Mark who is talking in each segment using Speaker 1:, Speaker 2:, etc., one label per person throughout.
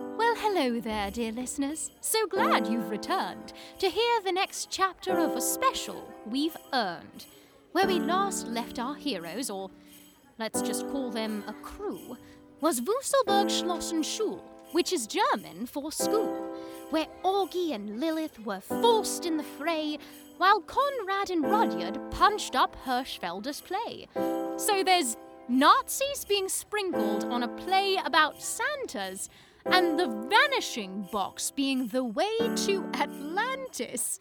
Speaker 1: Hello there, dear listeners. So glad you've returned to hear the next chapter of a special we've earned, where we last left our heroes, or let's just call them a crew, was Wuselberg Schlossen Schule, which is German for school, where Augie and Lilith were forced in the fray, while Conrad and Rudyard punched up Hirschfelder's play. So there's Nazis being sprinkled on a play about Santas, and the vanishing box being the way to Atlantis,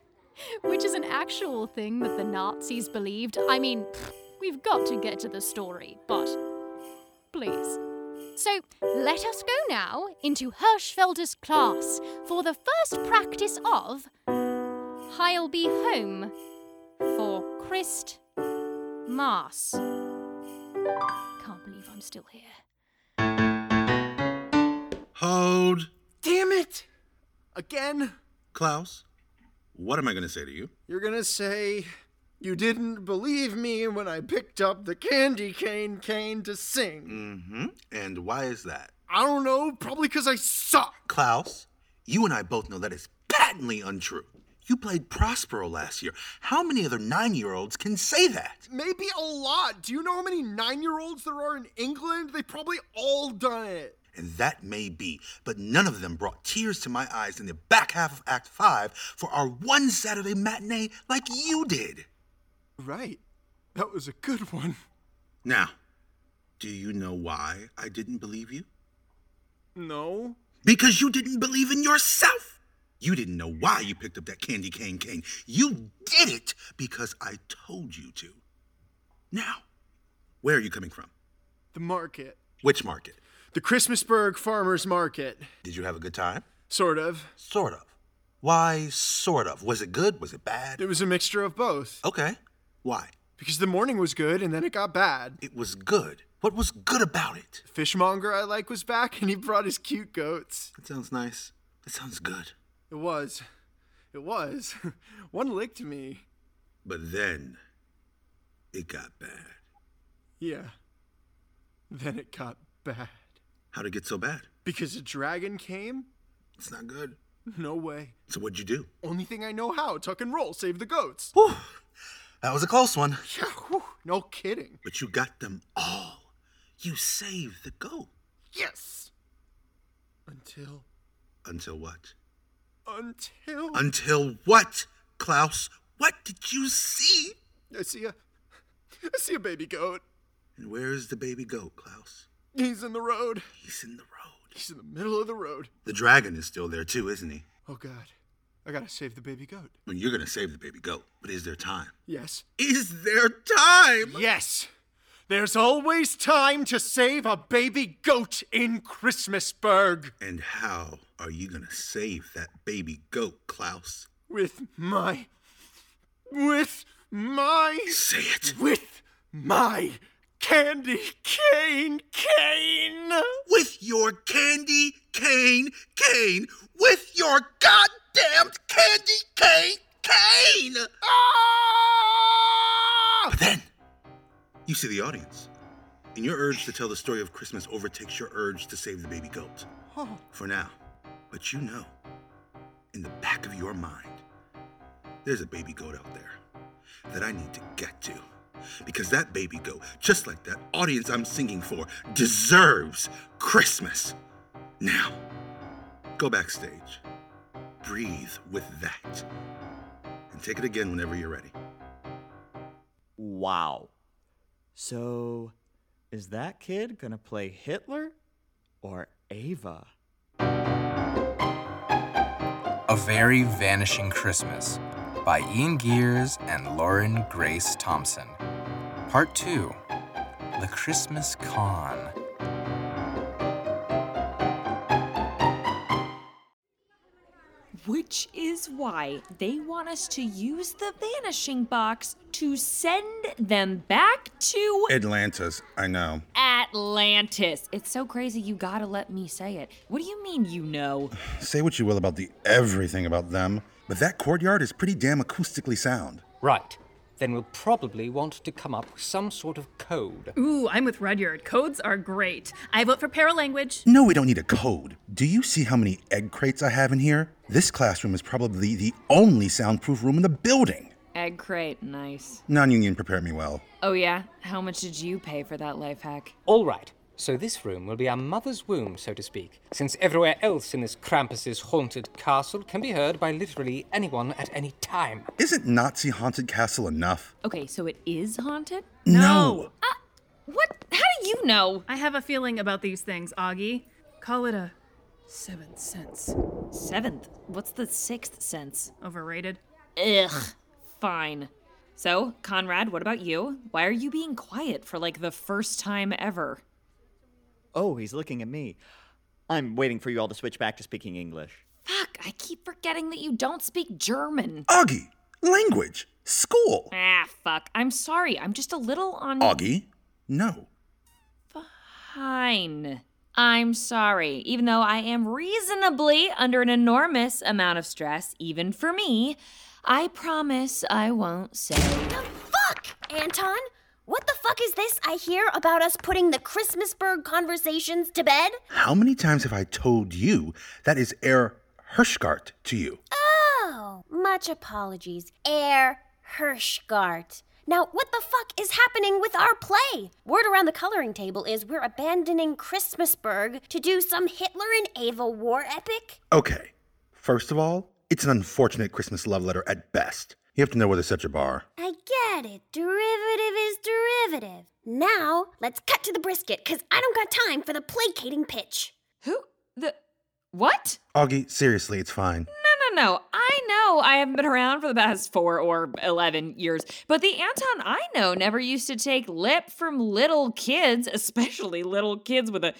Speaker 1: which is an actual thing that the Nazis believed. I mean, pfft, we've got to get to the story, but please. So let us go now into Hirschfelder's class for the first practice of I'll be home for Christ Mass. Can't believe I'm still here.
Speaker 2: Hold.
Speaker 3: Damn it! Again?
Speaker 2: Klaus, what am I going to say to you?
Speaker 3: You're gonna say you didn't believe me when I picked up the candy cane cane to sing.
Speaker 2: Mm-hmm. And why is that?
Speaker 3: I don't know, probably because I suck.
Speaker 2: Klaus, you and I both know that is patently untrue. You played Prospero last year. How many other nine year olds can say that?
Speaker 3: Maybe a lot. Do you know how many nine year olds there are in England? They probably all done it.
Speaker 2: And that may be, but none of them brought tears to my eyes in the back half of Act 5 for our one Saturday matinee like you did.
Speaker 3: Right. That was a good one.
Speaker 2: Now, do you know why I didn't believe you?
Speaker 3: No?
Speaker 2: Because you didn't believe in yourself. You didn't know why you picked up that candy cane cane. You did it because I told you to. Now, where are you coming from?
Speaker 3: The market.
Speaker 2: Which market?
Speaker 3: The Christmasburg Farmers Market.
Speaker 2: Did you have a good time?
Speaker 3: Sort of.
Speaker 2: Sort of. Why, sort of? Was it good? Was it bad?
Speaker 3: It was a mixture of both.
Speaker 2: Okay. Why?
Speaker 3: Because the morning was good and then it got bad.
Speaker 2: It was good. What was good about it?
Speaker 3: The fishmonger I like was back and he brought his cute goats.
Speaker 2: That sounds nice. That sounds good.
Speaker 3: It was. It was. One licked me.
Speaker 2: But then, it got bad.
Speaker 3: Yeah. Then it got bad.
Speaker 2: How'd it get so bad?
Speaker 3: Because a dragon came?
Speaker 2: It's not good.
Speaker 3: No way.
Speaker 2: So what'd you do?
Speaker 3: Only thing I know how tuck and roll, save the goats.
Speaker 2: Whew. That was a close one.
Speaker 3: Yeah, whew, no kidding.
Speaker 2: But you got them all. You saved the goat.
Speaker 3: Yes! Until.
Speaker 2: Until what?
Speaker 3: Until.
Speaker 2: Until what, Klaus? What did you see?
Speaker 3: I see a. I see a baby goat.
Speaker 2: And where is the baby goat, Klaus?
Speaker 3: He's in the road.
Speaker 2: He's in the road.
Speaker 3: He's in the middle of the road.
Speaker 2: The dragon is still there too, isn't he?
Speaker 3: Oh, God. I gotta save the baby goat.
Speaker 2: Well, you're gonna save the baby goat, but is there time?
Speaker 3: Yes.
Speaker 2: Is there time?
Speaker 3: Yes! There's always time to save a baby goat in Christmasburg!
Speaker 2: And how are you gonna save that baby goat, Klaus?
Speaker 3: With my. With my.
Speaker 2: Say it.
Speaker 3: With my candy cane cane!
Speaker 2: With your candy cane cane! With your goddamn candy cane cane!
Speaker 3: Ah!
Speaker 2: But then, you see the audience. And your urge to tell the story of Christmas overtakes your urge to save the baby goat.
Speaker 3: Oh,
Speaker 2: For now. But you know, in the back of your mind, there's a baby goat out there that I need to get to. Because that baby goat, just like that audience I'm singing for, deserves Christmas. Now, go backstage, breathe with that, and take it again whenever you're ready.
Speaker 4: Wow. So, is that kid gonna play Hitler or Ava?
Speaker 5: A Very Vanishing Christmas by Ian Gears and Lauren Grace Thompson. Part 2 The Christmas Con.
Speaker 6: Which is why they want us to use the vanishing box to send them back to
Speaker 2: Atlantis, I know.
Speaker 6: Atlantis. It's so crazy, you gotta let me say it. What do you mean, you know?
Speaker 2: Say what you will about the everything about them, but that courtyard is pretty damn acoustically sound.
Speaker 7: Right. then we'll probably want to come up with some sort of code.
Speaker 8: Ooh, I'm with Rudyard. Codes are great. I vote for paralanguage.
Speaker 2: No, we don't need a code. Do you see how many egg crates I have in here? This classroom is probably the only soundproof room in the building.
Speaker 6: Egg crate, nice.
Speaker 2: Non union prepared me well.
Speaker 6: Oh, yeah? How much did you pay for that life hack?
Speaker 7: All right. So this room will be our mother's womb, so to speak, since everywhere else in this Krampus's haunted castle can be heard by literally anyone at any time.
Speaker 2: Isn't Nazi Haunted Castle enough?
Speaker 6: Okay, so it is haunted? Uh,
Speaker 8: No.
Speaker 6: What? How do you know?
Speaker 8: I have a feeling about these things, Augie. Call it a seventh sense.
Speaker 6: Seventh. What's the sixth sense?
Speaker 8: Overrated.
Speaker 6: Ugh. Fine. So, Conrad, what about you? Why are you being quiet for like the first time ever?
Speaker 4: Oh, he's looking at me. I'm waiting for you all to switch back to speaking English.
Speaker 6: Fuck, I keep forgetting that you don't speak German.
Speaker 2: Augie, language, school.
Speaker 6: Ah, fuck. I'm sorry. I'm just a little on.
Speaker 2: Augie, no.
Speaker 6: Fine. I'm sorry, even though I am reasonably under an enormous amount of stress, even for me. I promise I won't say.
Speaker 9: The fuck, Anton? What the fuck is this I hear about us putting the Christmasburg conversations to bed?
Speaker 2: How many times have I told you that is Herr Hirschgart to you?
Speaker 9: Oh, much apologies, Herr Hirschgart. Now, what the fuck is happening with our play? Word around the coloring table is we're abandoning Christmasburg to do some Hitler and Ava war epic.
Speaker 2: Okay, first of all, it's an unfortunate Christmas love letter at best. You have to know whether such a bar.
Speaker 9: I get it. Derivative is derivative. Now, let's cut to the brisket, because I don't got time for the placating pitch.
Speaker 6: Who? The. What?
Speaker 2: Augie, seriously, it's fine.
Speaker 6: No, no, no. I know I haven't been around for the past four or 11 years, but the Anton I know never used to take lip from little kids, especially little kids with a.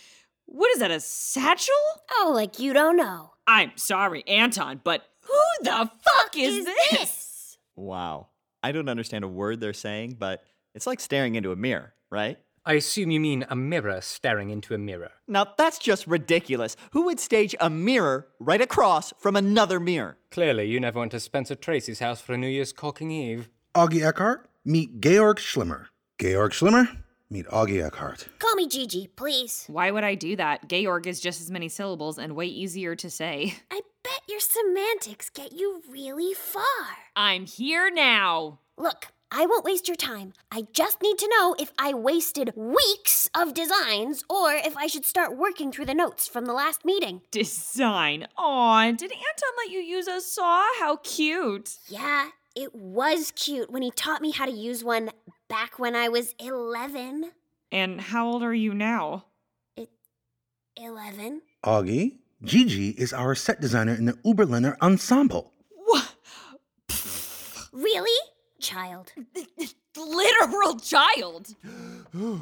Speaker 6: What is that, a satchel?
Speaker 9: Oh, like you don't know.
Speaker 6: I'm sorry, Anton, but who the fuck is,
Speaker 4: Wow. I don't understand a word they're saying, but it's like staring into a mirror, right?
Speaker 7: I assume you mean a mirror staring into a mirror.
Speaker 4: Now, that's just ridiculous. Who would stage a mirror right across from another mirror?
Speaker 7: Clearly, you never went to Spencer Tracy's house for a New Year's cocking eve.
Speaker 2: Augie Eckhart, meet Georg Schlimmer. Georg Schlimmer, meet Augie Eckhart.
Speaker 9: Call me Gigi, please.
Speaker 6: Why would I do that? Georg is just as many syllables and way easier to say.
Speaker 9: I bet your semantics get you really far.
Speaker 6: I'm here now.
Speaker 9: Look, I won't waste your time. I just need to know if I wasted weeks of designs or if I should start working through the notes from the last meeting.
Speaker 6: Design. Aw, did Anton let you use a saw? How cute.
Speaker 9: Yeah, it was cute when he taught me how to use one back when I was 11.
Speaker 6: And how old are you now?
Speaker 9: 11?
Speaker 2: Augie, Gigi is our set designer in the Uberliner Ensemble.
Speaker 6: What?
Speaker 9: Really? Child.
Speaker 6: Literal child.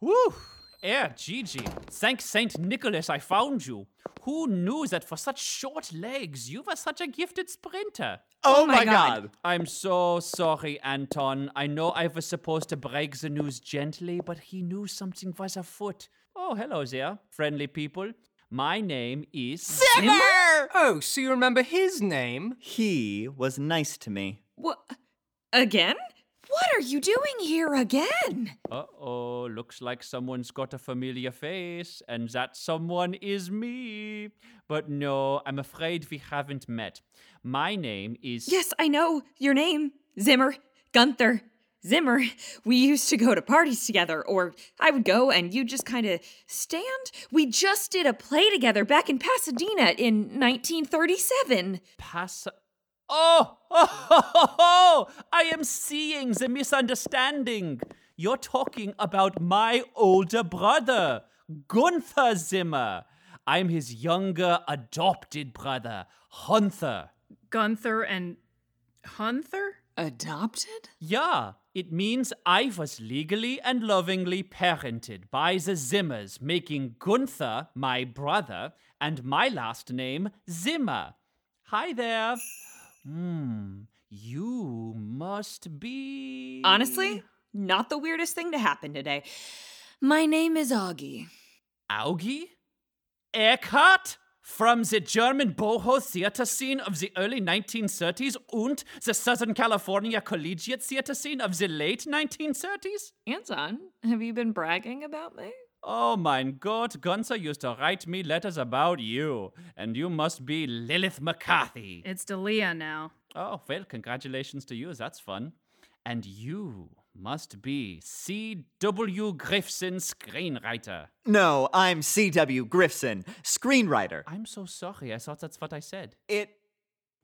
Speaker 10: Woo! Air Gigi, thank Saint Nicholas I found you. Who knew that for such short legs you were such a gifted sprinter?
Speaker 4: Oh, my god.
Speaker 10: I'm so sorry, Anton. I know I was supposed to break the news gently, but he knew something was afoot. Oh, hello there, friendly people. My name is.
Speaker 7: Oh, so you remember his name?
Speaker 4: He was nice to me.
Speaker 6: What? Again? What are you doing here again?
Speaker 10: Uh oh, looks like someone's got a familiar face, and that someone is me. But no, I'm afraid we haven't met. My name is.
Speaker 6: Yes, I know your name. Zimmer. Gunther. Zimmer. We used to go to parties together, or I would go and you just kind of stand. We just did a play together back in Pasadena in 1937.
Speaker 10: Pass. Oh! ho, ho, ho, ho! I am seeing the misunderstanding. You're talking about my older brother, Gunther Zimmer. I'm his younger adopted brother, Gunther.
Speaker 8: Gunther and Hunther?
Speaker 6: Adopted?
Speaker 10: Yeah, it means I was legally and lovingly parented by the Zimmers, making Gunther my brother and my last name Zimmer. Hi there. Hmm, you must be.
Speaker 6: Honestly, not the weirdest thing to happen today. My name is Augie.
Speaker 10: Augie? Eckhart? from the German boho theater scene of the early 1930s and the Southern California collegiate theater scene of the late 1930s?
Speaker 6: Anton, have you been bragging about me?
Speaker 10: Oh mein Gott, Gunther used to write me letters about you, and you must be Lilith McCarthy.
Speaker 8: It's Dalia now.
Speaker 10: Oh, well, congratulations to you. That's fun. And you must be C.W. Griffson, screenwriter.
Speaker 4: No, I'm C.W. Griffson, screenwriter.
Speaker 10: I'm so sorry. I thought that's what I said.
Speaker 4: It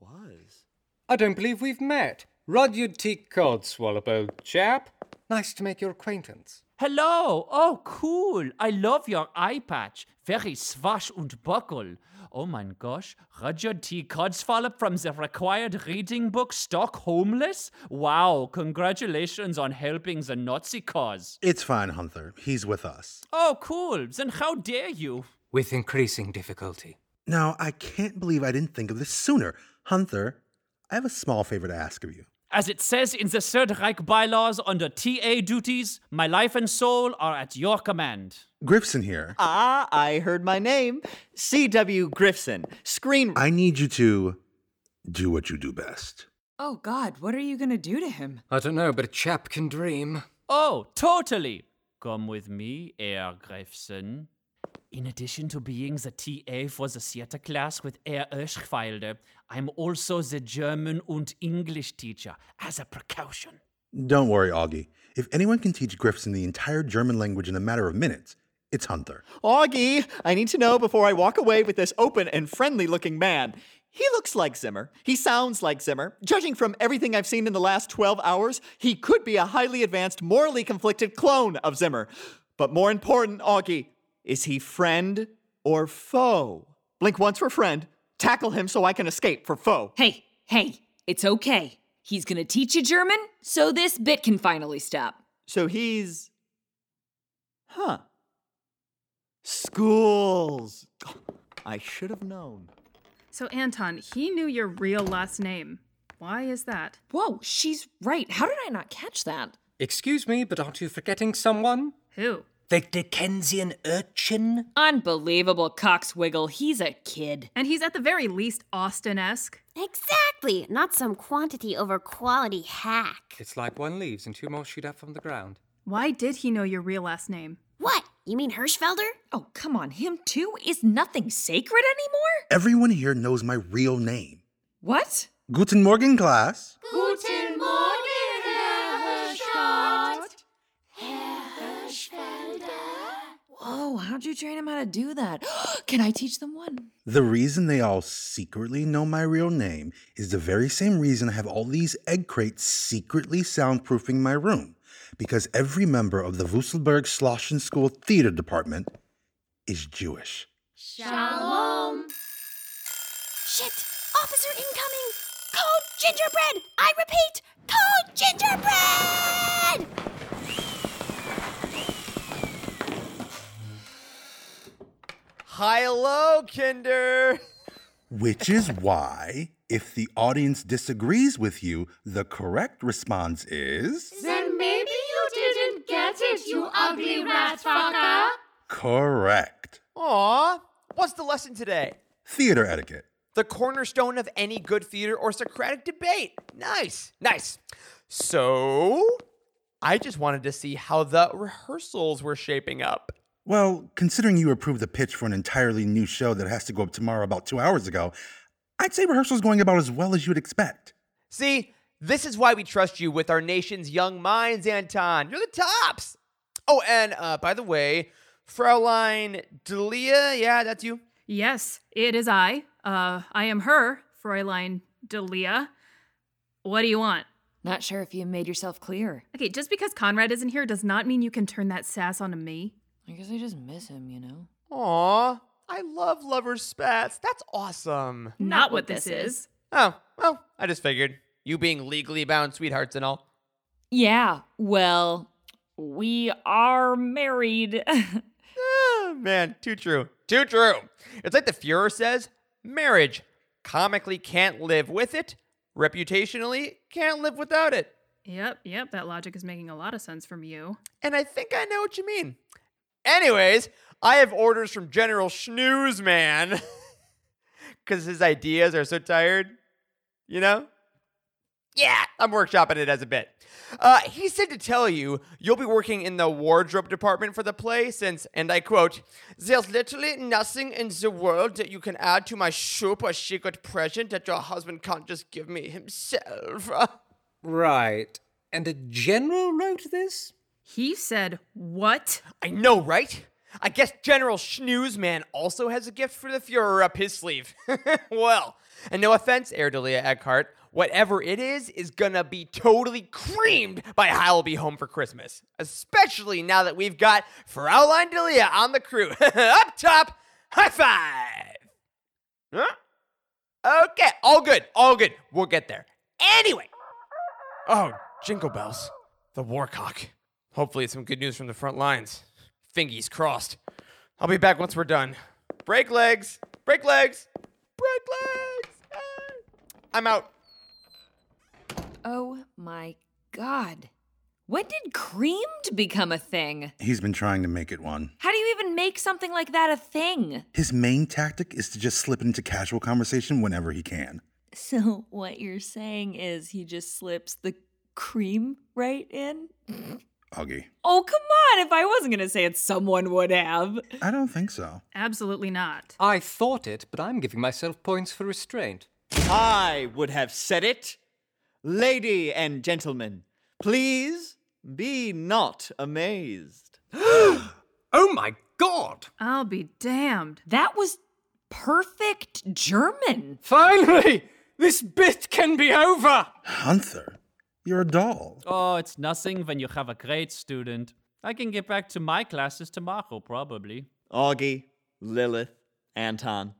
Speaker 4: was.
Speaker 11: I don't believe we've met. Rudyard T. Codswallop, old chap. Nice to make your acquaintance.
Speaker 10: Hello! Oh, cool! I love your eye patch. Very swash und buckle. Oh mein gosh, Rudyard T. Codswallop from the required reading book Stock Homeless? Wow, congratulations on helping the Nazi cause.
Speaker 2: It's fine, Hunter. He's with us.
Speaker 10: Oh, cool. Then how dare you?
Speaker 11: With increasing difficulty.
Speaker 2: Now, I can't believe I didn't think of this sooner. Hunter, I have a small favor to ask of you.
Speaker 10: As it says in the Third Reich bylaws under TA duties, my life and soul are at your command.
Speaker 2: Griffson here.
Speaker 4: Ah, I heard my name. C.W. Griffson, screen.
Speaker 2: I need you to do what you do best.
Speaker 6: Oh, God, what are you gonna do to him?
Speaker 7: I don't know, but a chap can dream.
Speaker 10: Oh, totally! Come with me, Herr Griffson. In addition to being the TA for the theater class with Herr Oeschweiler, I'm also the German and English teacher as a precaution.
Speaker 2: Don't worry, Augie. If anyone can teach Griffson the entire German language in a matter of minutes, it's Hunter.
Speaker 4: Augie, I need to know before I walk away with this open and friendly looking man. He looks like Zimmer. He sounds like Zimmer. Judging from everything I've seen in the last 12 hours, he could be a highly advanced, morally conflicted clone of Zimmer. But more important, Augie, is he friend or foe? Blink once for friend, tackle him so I can escape for foe.
Speaker 6: Hey, hey, it's okay. He's gonna teach you German, so this bit can finally stop.
Speaker 4: So he's. Huh. Schools. I should have known.
Speaker 8: So, Anton, he knew your real last name. Why is that?
Speaker 6: Whoa, she's right. How did I not catch that?
Speaker 7: Excuse me, but aren't you forgetting someone?
Speaker 8: Who?
Speaker 7: The Dickensian urchin?
Speaker 6: Unbelievable coxwiggle. He's a kid.
Speaker 8: And he's at the very least Austin esque.
Speaker 9: Exactly! Not some quantity over quality hack.
Speaker 7: It's like one leaves and two more shoot up from the ground.
Speaker 8: Why did he know your real last name?
Speaker 9: What? You mean Hirschfelder?
Speaker 6: Oh, come on, him too? Is nothing sacred anymore?
Speaker 2: Everyone here knows my real name.
Speaker 6: What?
Speaker 2: Guten Morgen, class.
Speaker 1: Guten Morgen, Herr Hirschfeld. Herr
Speaker 6: Whoa, how'd you train him how to do that? Can I teach them one?
Speaker 2: The reason they all secretly know my real name is the very same reason I have all these egg crates secretly soundproofing my room. Because every member of the Wusselberg Schlossen School Theater Department is Jewish.
Speaker 1: Shalom.
Speaker 9: Shit! Officer incoming! Code gingerbread! I repeat, code gingerbread!
Speaker 12: Hi, hello, Kinder.
Speaker 2: Which is why, if the audience disagrees with you, the correct response is.
Speaker 1: Then maybe you didn't get it, you ugly rat fucker.
Speaker 2: Correct.
Speaker 12: Aw, what's the lesson today?
Speaker 2: Theater etiquette.
Speaker 12: The cornerstone of any good theater or Socratic debate. Nice, nice. So, I just wanted to see how the rehearsals were shaping up.
Speaker 2: Well, considering you approved the pitch for an entirely new show that has to go up tomorrow about two hours ago, I'd say rehearsal's going about as well as you'd expect.
Speaker 12: See, this is why we trust you with our nation's young minds, Anton. You're the tops. Oh, and uh, by the way, Fraulein Delia, yeah, that's you.
Speaker 8: Yes, it is I. Uh, I am her, Fräulein Delia. What do you want?
Speaker 6: Not sure if you made yourself clear.
Speaker 8: Okay, just because Conrad isn't here does not mean you can turn that sass onto me.
Speaker 6: I guess I just miss him, you know?
Speaker 12: Aw, I love lovers' spats. That's awesome.
Speaker 8: Not, Not what this is. is.
Speaker 12: Oh, well, I just figured. You being legally bound sweethearts and all.
Speaker 6: Yeah, well, we are married.
Speaker 12: oh, man, too true. Too true. It's like the Fuhrer says marriage. Comically can't live with it, reputationally can't live without it.
Speaker 8: Yep, yep, that logic is making a lot of sense from you.
Speaker 12: And I think I know what you mean. Anyways, I have orders from General Snooze Man. because his ideas are so tired. You know? Yeah, I'm workshopping it as a bit. Uh, he said to tell you you'll be working in the wardrobe department for the play since, and I quote, there's literally nothing in the world that you can add to my super secret present that your husband can't just give me himself.
Speaker 7: Right. And a general wrote this?
Speaker 8: He said, What?
Speaker 12: I know, right? I guess General Schnoozeman also has a gift for the Fuhrer up his sleeve. well, and no offense, Erdelia Eckhart, whatever it is, is gonna be totally creamed by I'll Be Home for Christmas. Especially now that we've got Fraulein Delia on the crew. up top, high five! Huh? Okay, all good, all good. We'll get there. Anyway! Oh, jingle bells. The Warcock. Hopefully, some good news from the front lines. Fingies crossed. I'll be back once we're done. Break legs! Break legs! Break legs! Ah. I'm out.
Speaker 6: Oh my god. When did creamed become a thing?
Speaker 13: He's been trying to make it one.
Speaker 6: How do you even make something like that a thing?
Speaker 13: His main tactic is to just slip into casual conversation whenever he can.
Speaker 6: So, what you're saying is he just slips the cream right in?
Speaker 13: Augie.
Speaker 6: Oh, come on. If I wasn't going to say it, someone would have.
Speaker 13: I don't think so.
Speaker 8: Absolutely not.
Speaker 7: I thought it, but I'm giving myself points for restraint.
Speaker 4: I would have said it. Lady and gentlemen, please be not amazed.
Speaker 7: oh my god!
Speaker 8: I'll be damned.
Speaker 6: That was perfect German.
Speaker 7: Finally! This bit can be over!
Speaker 13: Gunther, you're a doll.
Speaker 10: Oh, it's nothing when you have a great student. I can get back to my classes tomorrow, probably.
Speaker 4: Augie, Lilith, Anton,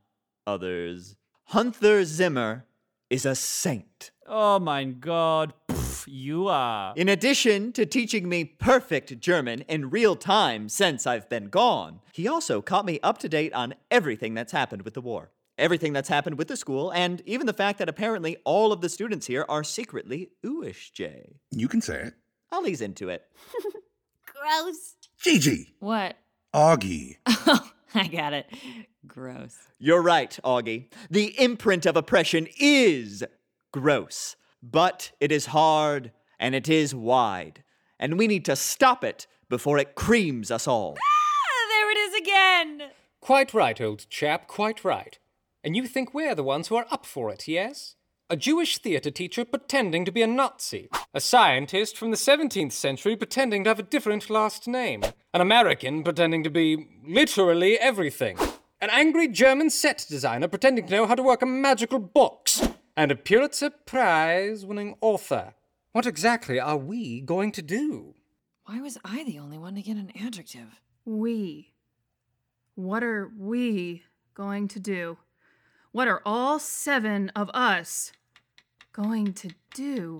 Speaker 4: others. Hunther Zimmer is a saint.
Speaker 10: Oh, my God. Pff, you are.
Speaker 4: In addition to teaching me perfect German in real time since I've been gone, he also caught me up to date on everything that's happened with the war, everything that's happened with the school, and even the fact that apparently all of the students here are secretly ooish Jay.
Speaker 13: You can say it.
Speaker 4: Ollie's into it.
Speaker 9: Gross.
Speaker 13: Gigi.
Speaker 6: What?
Speaker 13: Augie.
Speaker 6: I got it. Gross.
Speaker 4: You're right, Augie. The imprint of oppression is gross, but it is hard and it is wide, and we need to stop it before it creams us all.
Speaker 6: Ah, there it is again.
Speaker 7: Quite right, old chap, quite right. And you think we're the ones who are up for it, yes? A Jewish theatre teacher pretending to be a Nazi, a scientist from the 17th century pretending to have a different last name, an American pretending to be literally everything, an angry German set designer pretending to know how to work a magical box, and a Pulitzer Prize winning author. What exactly are we going to do?
Speaker 6: Why was I the only one to get an adjective?
Speaker 8: We. What are we going to do? What are all seven of us going to do?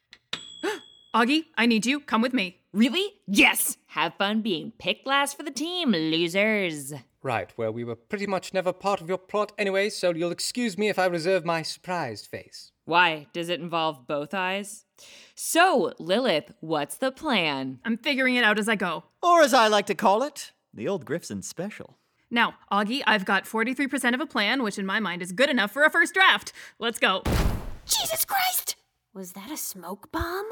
Speaker 8: Augie, I need you. Come with me.
Speaker 6: Really? Yes! Have fun being picked last for the team, losers.
Speaker 7: Right, well, we were pretty much never part of your plot anyway, so you'll excuse me if I reserve my surprised face.
Speaker 6: Why? Does it involve both eyes? So, Lilith, what's the plan?
Speaker 8: I'm figuring it out as I go.
Speaker 4: Or as I like to call it, the old Griffson special.
Speaker 8: Now, Augie, I've got 43% of a plan, which in my mind is good enough for a first draft. Let's go.
Speaker 9: Jesus Christ! Was that a smoke bomb?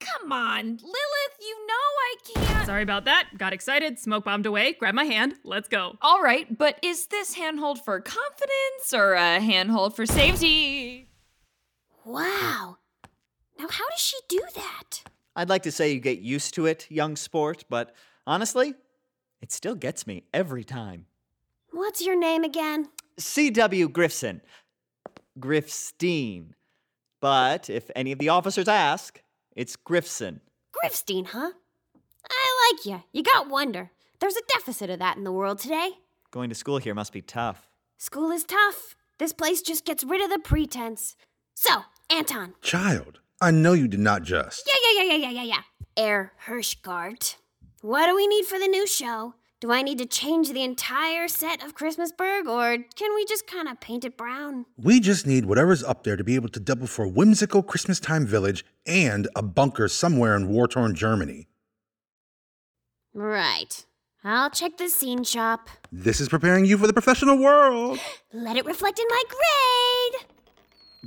Speaker 6: Come on, Lilith, you know I can't.
Speaker 8: Sorry about that. Got excited, smoke bombed away, grabbed my hand. Let's go.
Speaker 6: All right, but is this handhold for confidence or a handhold for safety?
Speaker 9: Wow. Now, how does she do that?
Speaker 4: I'd like to say you get used to it, young sport, but honestly, it still gets me every time.
Speaker 9: What's your name again?
Speaker 4: C.W. Griffson. Griffstein. But if any of the officers ask, it's Griffson.
Speaker 9: Griffstein, huh? I like you. You got wonder. There's a deficit of that in the world today.
Speaker 4: Going to school here must be tough.
Speaker 9: School is tough. This place just gets rid of the pretense. So, Anton.
Speaker 13: Child, I know you did not just.
Speaker 9: Yeah, yeah, yeah, yeah, yeah, yeah, yeah. Air Hirschgart. What do we need for the new show? Do I need to change the entire set of Christmasburg, or can we just kind of paint it brown?
Speaker 13: We just need whatever's up there to be able to double for a whimsical Christmastime village and a bunker somewhere in war torn Germany.
Speaker 9: Right. I'll check the scene shop.
Speaker 2: This is preparing you for the professional world.
Speaker 9: Let it reflect in my grade.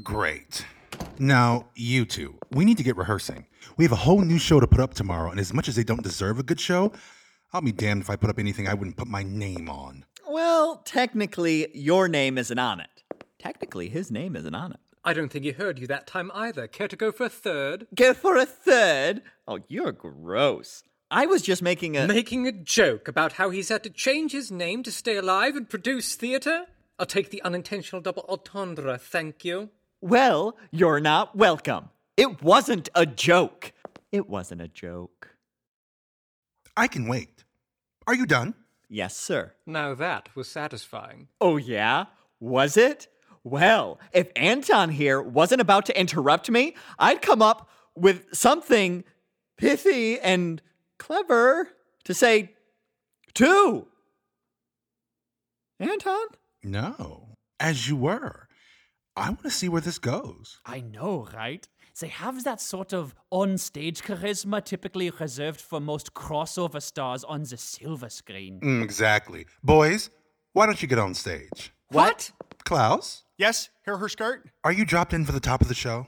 Speaker 2: Great. Now, you two, we need to get rehearsing. We have a whole new show to put up tomorrow, and as much as they don't deserve a good show, I'll be damned if I put up anything I wouldn't put my name on.
Speaker 4: Well, technically, your name isn't on it. Technically, his name isn't on it.
Speaker 7: I don't think he heard you that time either. Care to go for a third?
Speaker 4: Go for a third? Oh, you're gross. I was just making a.
Speaker 7: Making a joke about how he's had to change his name to stay alive and produce theatre? I'll take the unintentional double entendre, thank you.
Speaker 4: Well, you're not welcome. It wasn't a joke. It wasn't a joke.
Speaker 2: I can wait. Are you done?
Speaker 4: Yes, sir.
Speaker 7: Now that was satisfying.
Speaker 4: Oh, yeah? Was it? Well, if Anton here wasn't about to interrupt me, I'd come up with something pithy and clever to say to Anton?
Speaker 2: No, as you were. I want to see where this goes.
Speaker 10: I know, right? They have that sort of on stage charisma typically reserved for most crossover stars on the silver screen.
Speaker 2: Mm, exactly. Boys, why don't you get on stage?
Speaker 10: What?
Speaker 2: Klaus,
Speaker 3: Yes, Herr Hirschgart?
Speaker 2: are you dropped in for the top of the show?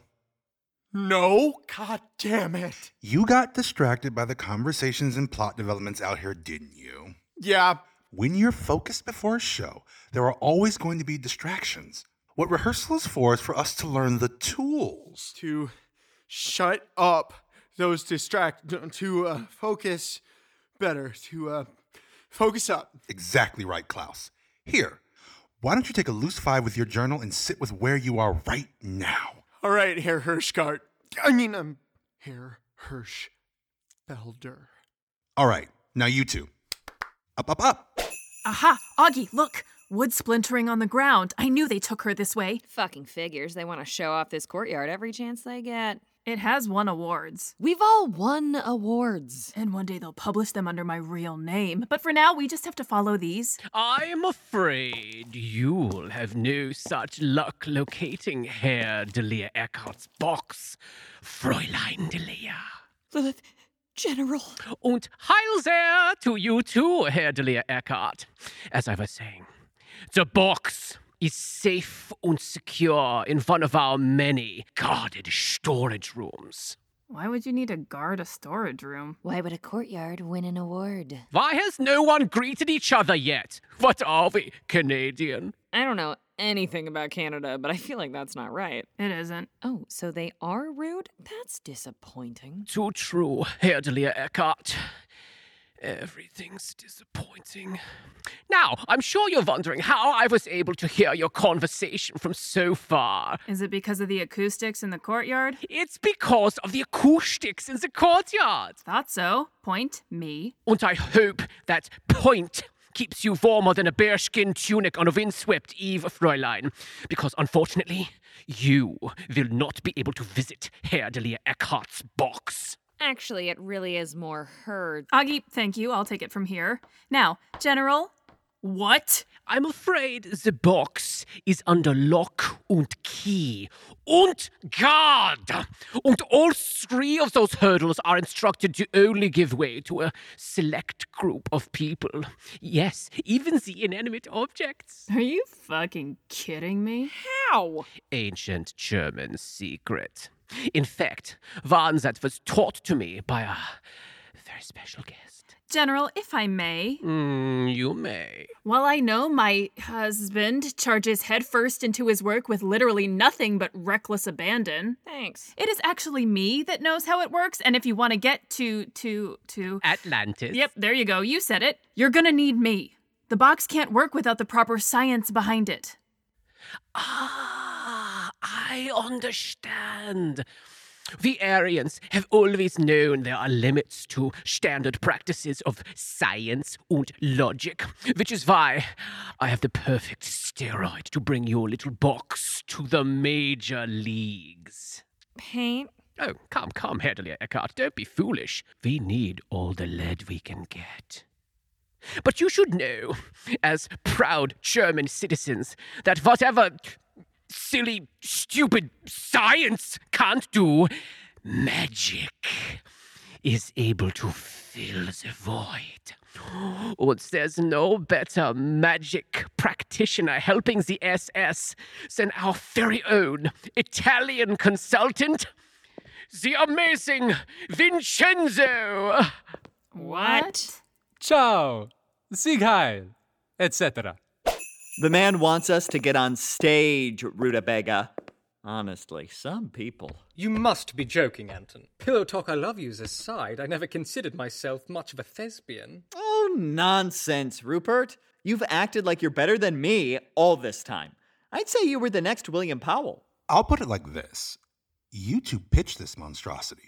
Speaker 3: No? God damn it.
Speaker 2: You got distracted by the conversations and plot developments out here, didn't you?
Speaker 3: Yeah,
Speaker 2: When you're focused before a show, there are always going to be distractions. What rehearsal is for is for us to learn the tools.
Speaker 3: to shut up those distract, to uh, focus better, to uh, focus up.
Speaker 2: Exactly right, Klaus. Here, why don't you take a loose five with your journal and sit with where you are right now?
Speaker 3: All right, Herr Hirschgart. I mean, um, Herr Hirsch Belder.
Speaker 2: All right, now you two. Up, up, up.
Speaker 8: Aha! Augie, look! Wood splintering on the ground. I knew they took her this way.
Speaker 6: Fucking figures. They want to show off this courtyard every chance they get.
Speaker 8: It has won awards.
Speaker 6: We've all won awards.
Speaker 8: And one day they'll publish them under my real name. But for now, we just have to follow these.
Speaker 6: Uh,
Speaker 14: I'm afraid you'll have no such luck locating Herr Delia Eckhart's box, Fräulein Delia.
Speaker 6: General.
Speaker 14: Und heil sehr to you too, Herr Delia Eckhart. As I was saying, the box is safe and secure in one of our many guarded storage rooms.
Speaker 8: Why would you need to guard a storage room?
Speaker 15: Why would a courtyard win an award?
Speaker 14: Why has no one greeted each other yet? What are we, Canadian?
Speaker 6: I don't know anything about Canada, but I feel like that's not right.
Speaker 8: It isn't.
Speaker 6: Oh, so they are rude? That's disappointing.
Speaker 14: Too true, Herr Delia Eckhart. Everything's disappointing. Now, I'm sure you're wondering how I was able to hear your conversation from so far.
Speaker 8: Is it because of the acoustics in the courtyard?
Speaker 14: It's because of the acoustics in the courtyard.
Speaker 8: Thought so. Point me.
Speaker 14: And I hope that point keeps you warmer than a bearskin tunic on a windswept eve, Fräulein. Because unfortunately, you will not be able to visit Herr Delia Eckhart's box.
Speaker 6: Actually, it really is more her.
Speaker 8: Augie, thank you. I'll take it from here. Now, General. What?
Speaker 14: I'm afraid the box is under lock and key and guard. And all three of those hurdles are instructed to only give way to a select group of people. Yes, even the inanimate objects.
Speaker 8: Are you fucking kidding me?
Speaker 6: How?
Speaker 14: Ancient German secret. In fact, one that was taught to me by a very special guest.
Speaker 8: General, if I may,
Speaker 14: Mm, you may.
Speaker 8: while I know my husband charges headfirst into his work with literally nothing but reckless abandon,
Speaker 6: Thanks.
Speaker 8: it is actually me that knows how it works. And if you want to get to, to, to.
Speaker 14: Atlantis.
Speaker 8: Yep, there you go. You said it. You're gonna need me. The box can't work without the proper science behind it.
Speaker 14: Ah, I understand. The Aryans have always known there are limits to standard practices of science and logic, which is why I have the perfect steroid to bring your little box to the major leagues.
Speaker 6: Paint?
Speaker 14: Oh, come, come, Hedelier Eckhart, don't be foolish. We need all the lead we can get. But you should know, as proud German citizens, that whatever silly, stupid science can't do, magic is able to fill the void. Oh, there's no better magic practitioner helping the SS than our very own Italian consultant, the amazing Vincenzo.
Speaker 8: What?
Speaker 7: Ciao, Sieg Heil, etc.
Speaker 4: The man wants us to get on stage, Rutabaga. Honestly, some people.
Speaker 7: You must be joking, Anton. Pillow talk I love yous aside, I never considered myself much of a thespian.
Speaker 4: Oh, nonsense, Rupert. You've acted like you're better than me all this time. I'd say you were the next William Powell.
Speaker 2: I'll put it like this You two pitched this monstrosity.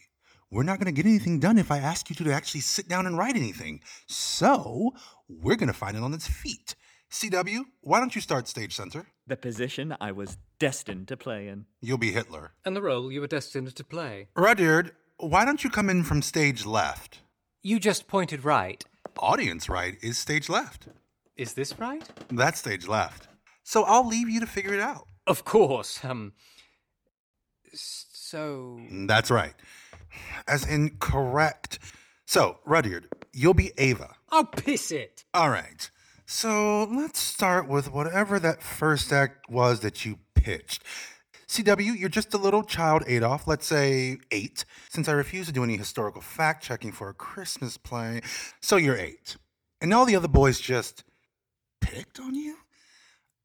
Speaker 2: We're not going to get anything done if I ask you two to actually sit down and write anything. So, we're going to find it on its feet. CW, why don't you start Stage Center?
Speaker 4: The position I was destined to play in.
Speaker 2: You'll be Hitler.
Speaker 7: And the role you were destined to play.
Speaker 2: Rudyard, why don't you come in from stage left?
Speaker 7: You just pointed right.
Speaker 2: Audience right is stage left.
Speaker 7: Is this right?
Speaker 2: That's stage left. So I'll leave you to figure it out.
Speaker 7: Of course. Um. So.
Speaker 2: That's right. As in correct. So, Rudyard, you'll be Ava.
Speaker 7: I'll piss it.
Speaker 2: All right. So let's start with whatever that first act was that you pitched. CW, you're just a little child Adolf, let's say eight, since I refuse to do any historical fact checking for a Christmas play. So you're eight. And all the other boys just picked on you?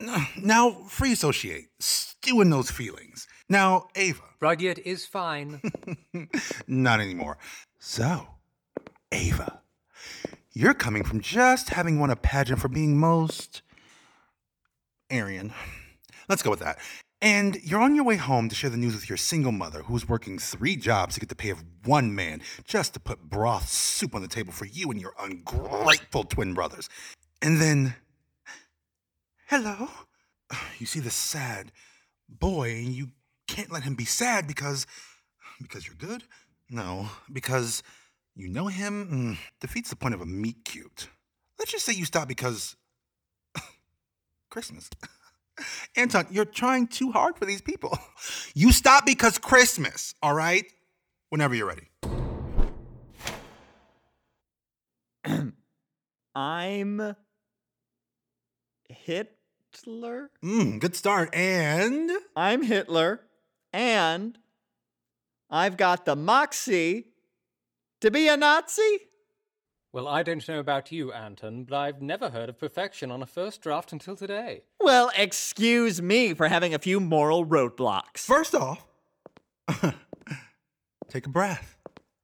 Speaker 2: N- Now, free associate, stew in those feelings. Now, Ava,
Speaker 7: Rudyard is fine.
Speaker 2: not anymore. So, Ava, you're coming from just having won a pageant for being most Aryan. Let's go with that. And you're on your way home to share the news with your single mother, who's working three jobs to get the pay of one man just to put broth soup on the table for you and your ungrateful twin brothers. And then, hello? You see this sad boy, and you can't let him be sad because. because you're good? No, because you know him mm, defeats the point of a meet cute. Let's just say you stop because Christmas. Anton, you're trying too hard for these people. You stop because Christmas, all right? Whenever you're ready.
Speaker 4: I'm Hitler.
Speaker 2: Mm, good start. And
Speaker 4: I'm Hitler. And I've got the moxie to be a Nazi.
Speaker 7: well, I don't know about you, Anton, but I've never heard of perfection on a first draft until today.
Speaker 4: Well, excuse me for having a few moral roadblocks.
Speaker 2: First off, Take a breath.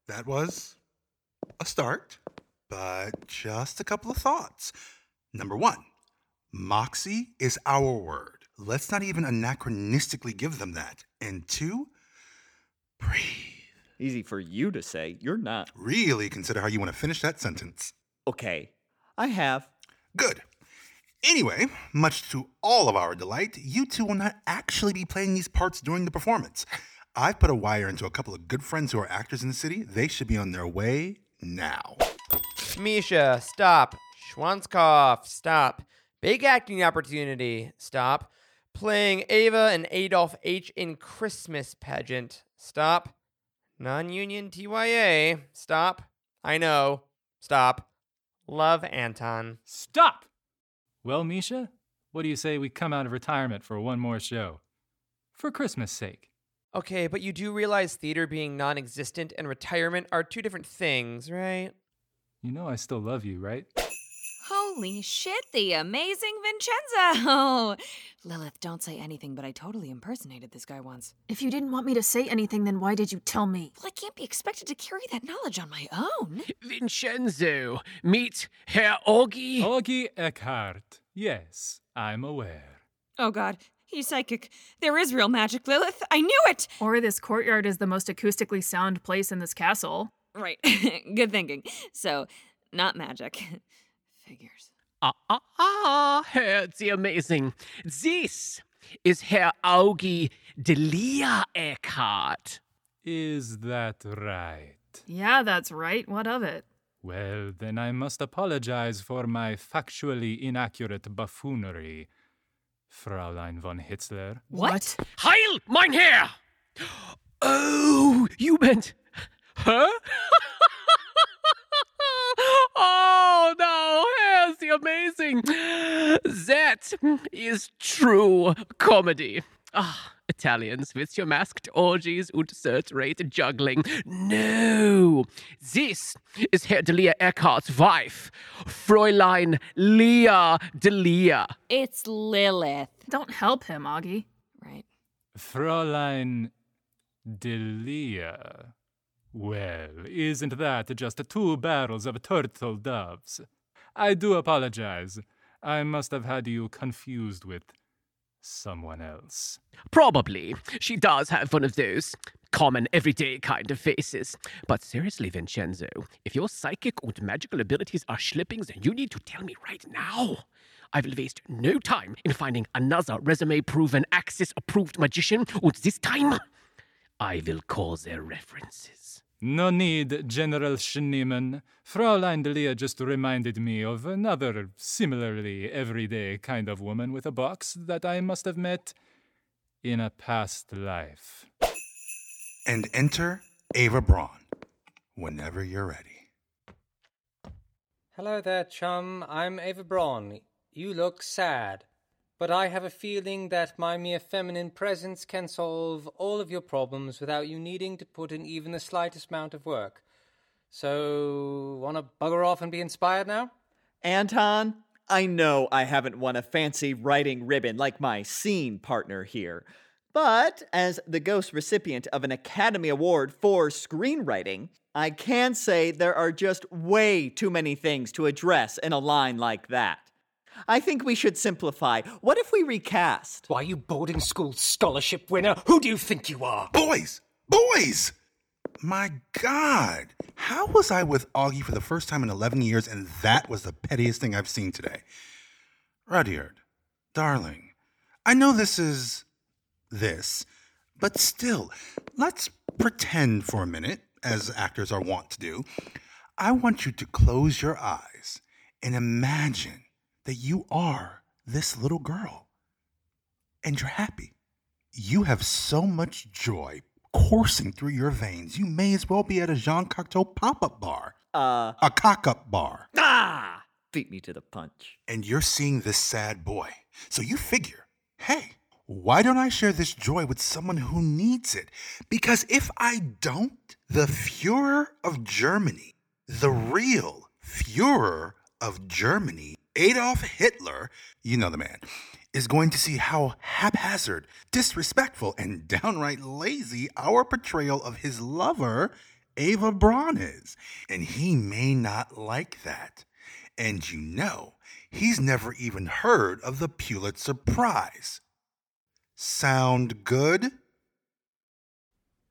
Speaker 2: That was a start, but just a couple of thoughts. Number one, moxie is our word. Let's not even anachronistically give them that. And two,
Speaker 4: Easy for you to say. You're not.
Speaker 2: really consider how you want to finish that sentence.
Speaker 4: Okay, I have.
Speaker 2: Good. Anyway, much to all of our delight, you two will not actually be playing these parts during the performance. I've put a wire into a couple of good friends who are actors in the city. They should be on their way now.
Speaker 12: Misha, stop. Schwanzkopf, stop. Big acting opportunity, stop. Playing Ava and Adolf H in Christmas pageant, stop. Non union TYA, stop. I know, stop. Love Anton.
Speaker 16: Stop! Well, Misha, what do you say we come out of retirement for one more show? For Christmas' sake.
Speaker 12: Okay, but you do realize theater being non existent and retirement are two different things, right?
Speaker 16: You know I still love you, right?
Speaker 6: Holy shit, the amazing Vincenzo!
Speaker 17: Lilith, don't say anything, but I totally impersonated this guy once.
Speaker 8: If you didn't want me to say anything, then why did you tell me?
Speaker 17: Well, I can't be expected to carry that knowledge on my own.
Speaker 14: Vincenzo, meet Herr Augie.
Speaker 16: Augie Eckhart. Yes, I'm aware.
Speaker 6: Oh god, he's psychic. There is real magic, Lilith. I knew it!
Speaker 8: Or this courtyard is the most acoustically sound place in this castle.
Speaker 6: Right, good thinking. So, not magic. Figures.
Speaker 14: Ah, ah, ah, Herr the amazing. This is Herr Augie Delia Eckhart.
Speaker 16: Is that right?
Speaker 8: Yeah, that's right. What of it?
Speaker 16: Well, then I must apologize for my factually inaccurate buffoonery, Fraulein von Hitzler.
Speaker 14: What? Heil, mein Herr! Oh, you meant her? oh, Oh no, here's the amazing. That is true comedy. Ah, Italians with your masked orgies and third rate juggling. No, this is Herr Delia Eckhart's wife, Fräulein Leah Delia.
Speaker 8: It's Lilith. Don't help him, Augie.
Speaker 16: Fräulein Delia. Well, isn't that just two barrels of turtle doves? I do apologize. I must have had you confused with someone else.
Speaker 14: Probably. She does have one of those common everyday kind of faces. But seriously, Vincenzo, if your psychic and magical abilities are slipping, then you need to tell me right now. I will waste no time in finding another resume proven Axis approved magician, and this time I will call their references.
Speaker 16: No need, General Schneeman. Fräulein Delia just reminded me of another similarly everyday kind of woman with a box that I must have met in a past life.
Speaker 2: And enter Ava Braun whenever you're ready.
Speaker 7: Hello there, chum. I'm Ava Braun. You look sad, but I have a feeling that my mere feminine presence can solve all of your problems without you needing to put in even the slightest amount of work. So, wanna bugger off and be inspired now?
Speaker 4: Anton, I know I haven't won a fancy writing ribbon like my scene partner here, but as the ghost recipient of an Academy Award for screenwriting, I can say there are just way too many things to address in a line like that. I think we should simplify. What if we recast?
Speaker 18: Why, you boarding school scholarship winner, who do you think you are?
Speaker 2: Boys! Boys! My God! How was I with Augie for the first time in 11 years, and that was the pettiest thing I've seen today? Rudyard, darling, I know this is this, but still, let's pretend for a minute, as actors are wont to do. I want you to close your eyes and imagine that you are this little girl and you're happy. You have so much joy coursing through your veins, you may as well be at a Jean Cocteau pop up bar,
Speaker 4: uh,
Speaker 2: a cock up bar.
Speaker 4: Ah! Beat me to the punch.
Speaker 2: And you're seeing this sad boy. So you figure, hey, why don't I share this joy with someone who needs it? Because if I don't, the Fuhrer of Germany, the real Fuhrer of Germany, Adolf Hitler, you know the man, is going to see how haphazard, disrespectful, and downright lazy our portrayal of his lover, Ava Braun, is. And he may not like that. And you know, he's never even heard of the Pulitzer Prize. Sound good?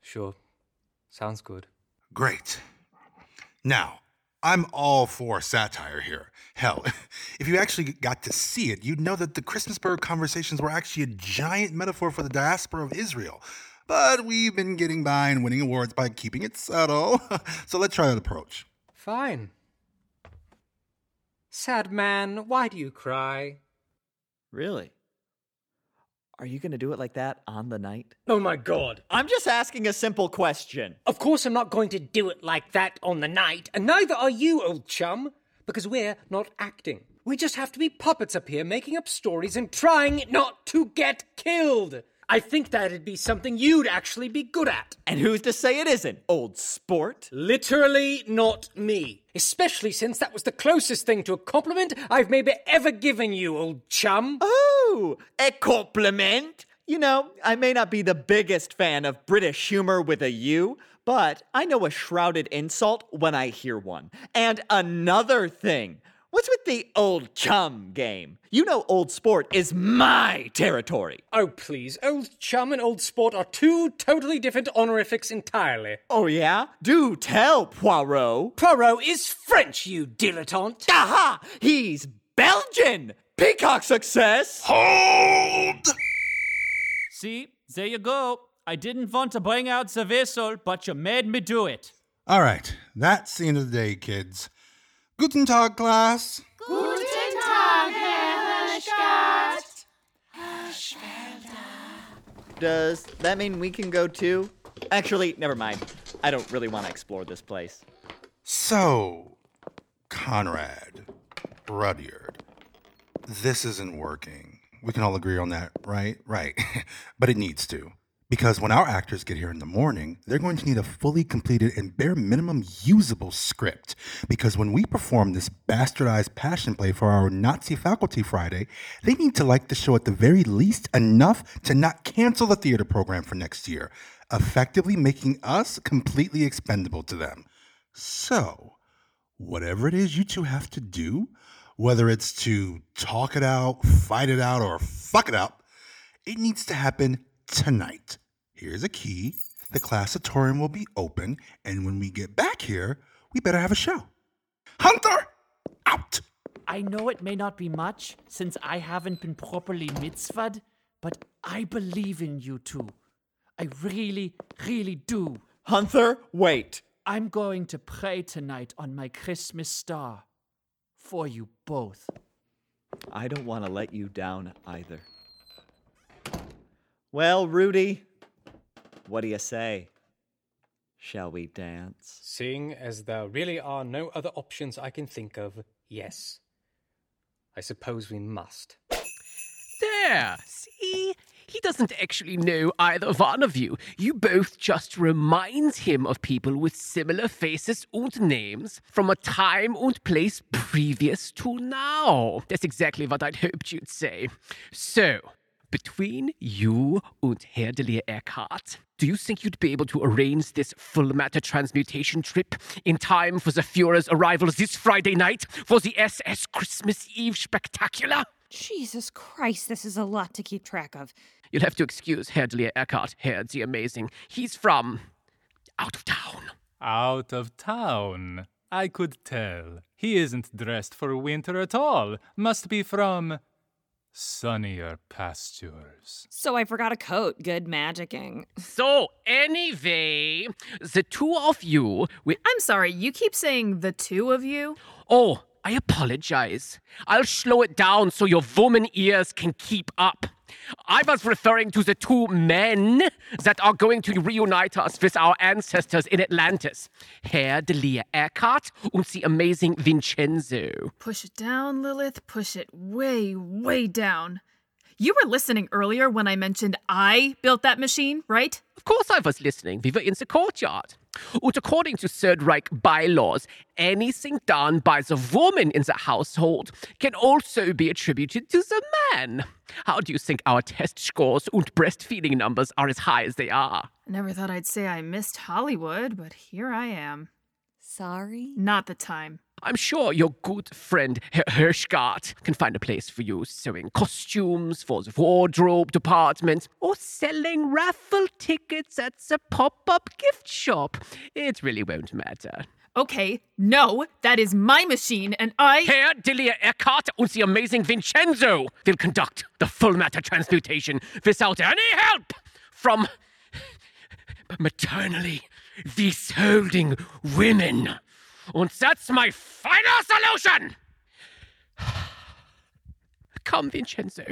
Speaker 7: Sure. Sounds good.
Speaker 2: Great. Now, I'm all for satire here. Hell, if you actually got to see it, you'd know that the Christmasburg conversations were actually a giant metaphor for the diaspora of Israel. But we've been getting by and winning awards by keeping it subtle. so let's try that approach.
Speaker 7: Fine. Sad man, why do you cry?
Speaker 4: Really? Are you going to do it like that on the night?
Speaker 18: Oh my god.
Speaker 4: I'm just asking a simple question.
Speaker 18: Of course, I'm not going to do it like that on the night, and neither are you, old chum, because we're not acting. We just have to be puppets up here making up stories and trying not to get killed. I think that'd be something you'd actually be good at.
Speaker 4: And who's to say it isn't, old sport?
Speaker 18: Literally not me. Especially since that was the closest thing to a compliment I've maybe ever given you, old chum.
Speaker 4: Oh, a compliment? You know, I may not be the biggest fan of British humor with a U, but I know a shrouded insult when I hear one. And another thing, what's with the old chum game? You know, old sport is my territory.
Speaker 18: Oh, please. Old chum and old sport are two totally different honorifics entirely.
Speaker 4: Oh, yeah? Do tell, Poirot.
Speaker 18: Poirot is French, you dilettante.
Speaker 4: Aha! He's Belgian! Peacock success!
Speaker 2: Hold!
Speaker 10: See, there you go. I didn't want to bring out the whistle, but you made me do it.
Speaker 2: All right, that's the end of the day, kids. Guten Tag, class.
Speaker 19: Guten Tag, Herr Hirschgart.
Speaker 4: Does that mean we can go too? Actually, never mind. I don't really want to explore this place.
Speaker 2: So, Conrad, Rudyard, this isn't working. We can all agree on that, right? Right. but it needs to. Because when our actors get here in the morning, they're going to need a fully completed and bare minimum usable script. Because when we perform this bastardized passion play for our Nazi faculty Friday, they need to like the show at the very least enough to not cancel the theater program for next year, effectively making us completely expendable to them. So, whatever it is you two have to do, whether it's to talk it out, fight it out, or fuck it up, it needs to happen tonight. Here's a key. The classatorium will be open, and when we get back here, we better have a show. Hunter!
Speaker 10: I know it may not be much since I haven't been properly mitzvahed, but I believe in you two. I really, really do.
Speaker 4: Hunter, wait.
Speaker 10: I'm going to pray tonight on my Christmas star for you both.
Speaker 4: I don't want to let you down either. Well, Rudy, what do you say? Shall we dance?
Speaker 7: Seeing as there really are no other options I can think of, yes. I suppose we must.
Speaker 14: There! See? He doesn't actually know either one of you. You both just reminds him of people with similar faces and names from a time and place previous to now. That's exactly what I'd hoped you'd say. So, between you and Herdelier Eckhart, do you think you'd be able to arrange this full matter transmutation trip in time for the Fuhrer's arrival this Friday night for the SS Christmas Eve spectacular?
Speaker 6: Jesus Christ, this is a lot to keep track of.
Speaker 14: You'll have to excuse Hedley Eckhart, Head the Amazing. He's from out of town.
Speaker 16: Out of town. I could tell. He isn't dressed for winter at all. Must be from sunnier pastures.
Speaker 6: So I forgot a coat. Good magicking.
Speaker 14: So, anyway, the two of you. We-
Speaker 8: I'm sorry, you keep saying the two of you?
Speaker 14: Oh, I apologize. I'll slow it down so your woman ears can keep up. I was referring to the two men that are going to reunite us with our ancestors in Atlantis Herr Delia Eckhart and the amazing Vincenzo.
Speaker 8: Push it down, Lilith. Push it way, way down. You were listening earlier when I mentioned I built that machine, right?
Speaker 14: Of course, I was listening. We were in the courtyard. And according to Third Reich bylaws, anything done by the woman in the household can also be attributed to the man. How do you think our test scores and breastfeeding numbers are as high as they are?
Speaker 8: I never thought I'd say I missed Hollywood, but here I am.
Speaker 6: Sorry?
Speaker 8: Not the time.
Speaker 14: I'm sure your good friend Herr Hirschgart can find a place for you sewing costumes for the wardrobe department or selling raffle tickets at the pop up gift shop. It really won't matter.
Speaker 8: Okay, no, that is my machine, and I.
Speaker 14: Herr Delia Eckhart and the amazing Vincenzo will conduct the full matter transmutation without any help from maternally these holding women. And that's my final solution! Come, Vincenzo.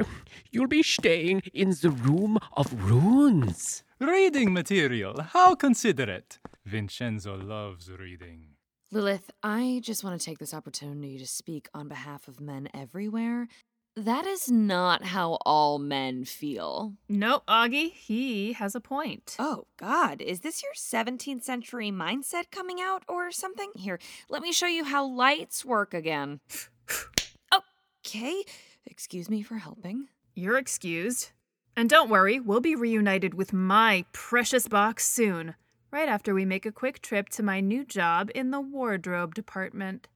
Speaker 14: You'll be staying in the room of runes.
Speaker 16: Reading material. How considerate. Vincenzo loves reading.
Speaker 20: Lilith, I just want to take this opportunity to speak on behalf of men everywhere. That is not how all men feel.
Speaker 8: No, Augie, he has a point.
Speaker 6: Oh, God, is this your 17th century mindset coming out or something? Here, let me show you how lights work again. okay, excuse me for helping.
Speaker 8: You're excused. And don't worry, we'll be reunited with my precious box soon, right after we make a quick trip to my new job in the wardrobe department.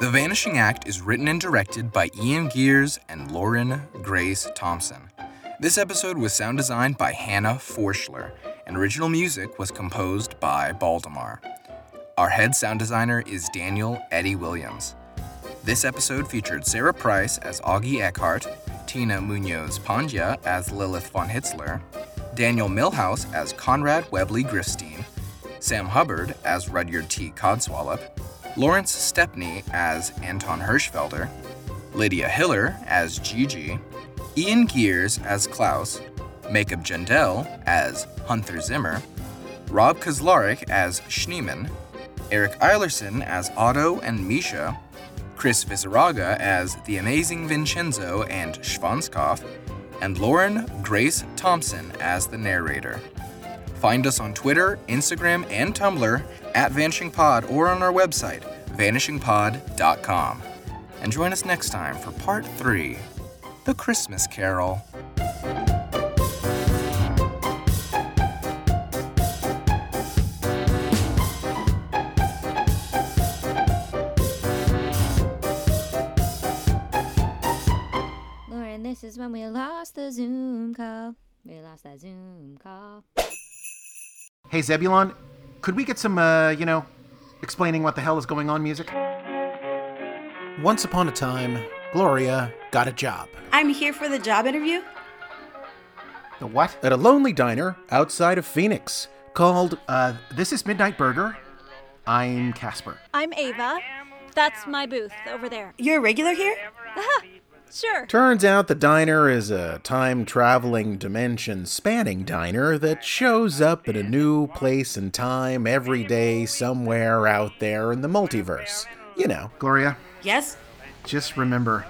Speaker 5: The Vanishing Act is written and directed by Ian Gears and Lauren Grace Thompson. This episode was sound designed by Hannah Forschler, and original music was composed by Baldemar. Our head sound designer is Daniel Eddie Williams. This episode featured Sarah Price as Augie Eckhart, Tina Munoz Pandya as Lilith von Hitzler, Daniel Milhouse as Conrad Webley Grifstein, Sam Hubbard as Rudyard T. Codswallop, Lawrence Stepney as Anton Hirschfelder, Lydia Hiller as Gigi, Ian Gears as Klaus, Makeup Jindal as Hunter Zimmer, Rob Kozlarik as Schneeman, Eric Eilerson as Otto and Misha, Chris Visaraga as the amazing Vincenzo and Schwanzkopf, and Lauren Grace Thompson as the narrator. Find us on Twitter, Instagram, and Tumblr at Vanishing Pod or on our website, vanishingpod.com. And join us next time for part three The Christmas Carol.
Speaker 21: Lauren, this is when we lost the Zoom call. We lost that Zoom call.
Speaker 22: Hey, Zebulon, could we get some, uh, you know, explaining what the hell is going on music?
Speaker 23: Once upon a time, Gloria got a job.
Speaker 24: I'm here for the job interview.
Speaker 22: The what?
Speaker 23: At a lonely diner outside of Phoenix called,
Speaker 22: Uh, this is Midnight Burger. I'm Casper.
Speaker 25: I'm Ava. That's my booth over there. Uh-huh.
Speaker 24: You're a regular here?
Speaker 25: sure.
Speaker 23: Turns out the diner is a time traveling dimension spanning diner that shows up in a new place and time every day somewhere out there in the multiverse. You know.
Speaker 22: Gloria,
Speaker 24: Yes?
Speaker 22: just remember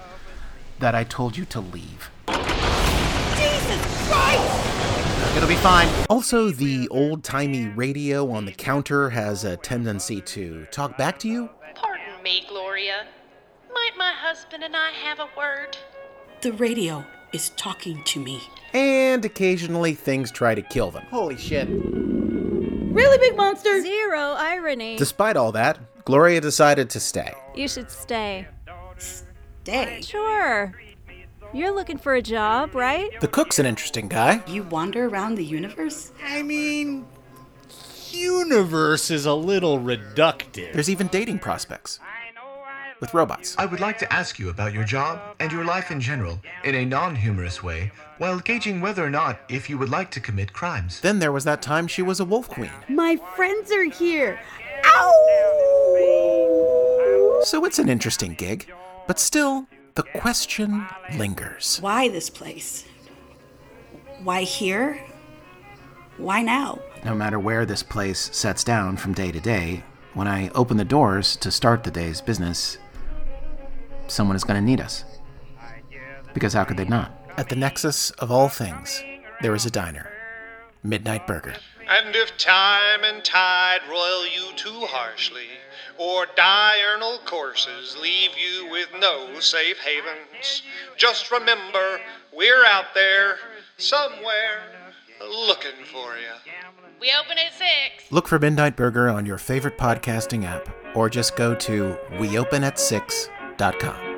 Speaker 22: that I told you to leave.
Speaker 24: Jesus Christ!
Speaker 23: It'll be fine. Also, the old timey radio on the counter has a tendency to talk back to you.
Speaker 26: Pardon me, Gloria. Might my husband and I have a word?
Speaker 23: The radio is talking to me. And occasionally things try to kill them. Holy shit.
Speaker 25: Really big monster. Zero irony.
Speaker 23: Despite all that, Gloria decided to stay.
Speaker 25: you should stay.
Speaker 24: Stay?
Speaker 25: Sure. You're looking for a job, right?
Speaker 23: The cook's an interesting guy.
Speaker 24: You wander around the universe?
Speaker 23: I mean,
Speaker 27: Universe is a little reductive.
Speaker 23: There's even dating prospects with robots.
Speaker 28: I would like to ask you about your job and your life in general in a non humorous way while gauging whether or not if you would like to commit crimes.
Speaker 23: Then there was that time she was a wolf queen.
Speaker 24: My friends are here. Ow!
Speaker 23: So it's an interesting gig, but still, the question lingers.
Speaker 24: Why this place? Why here? Why now?
Speaker 23: No matter where this place sets down from day to day, when I open the doors to start the day's business, someone is going to need us. Because how could they not? At the nexus of all things, there is a diner Midnight Burger.
Speaker 27: And if time and tide roil you too harshly, or diurnal courses leave you with no safe havens, just remember we're out there somewhere looking for you.
Speaker 26: We open at 6.
Speaker 23: Look for Midnight Burger on your favorite podcasting app, or just go to weopenat6.com.